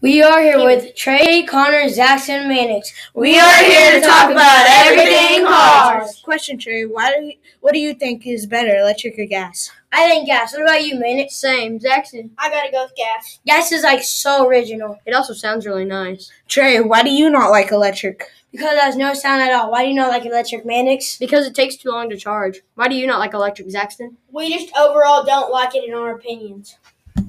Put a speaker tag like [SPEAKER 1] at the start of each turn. [SPEAKER 1] We are here with Trey, Connor, Zaxton, Mannix.
[SPEAKER 2] We are here to talk about everything cars.
[SPEAKER 3] Question, Trey. Why do you, what do you think is better, electric or gas?
[SPEAKER 1] I think gas. What about you, Mannix?
[SPEAKER 2] Same, Jackson.
[SPEAKER 4] I gotta go with gas.
[SPEAKER 1] Gas is like so original
[SPEAKER 2] It also sounds really nice
[SPEAKER 3] Trey, why do you not like electric?
[SPEAKER 1] because there's no sound at all. Why do you not like electric, Mannix?
[SPEAKER 2] because it takes too long to charge. Why do you not like electric, Zaxton?
[SPEAKER 4] We just overall don't like it in our opinions.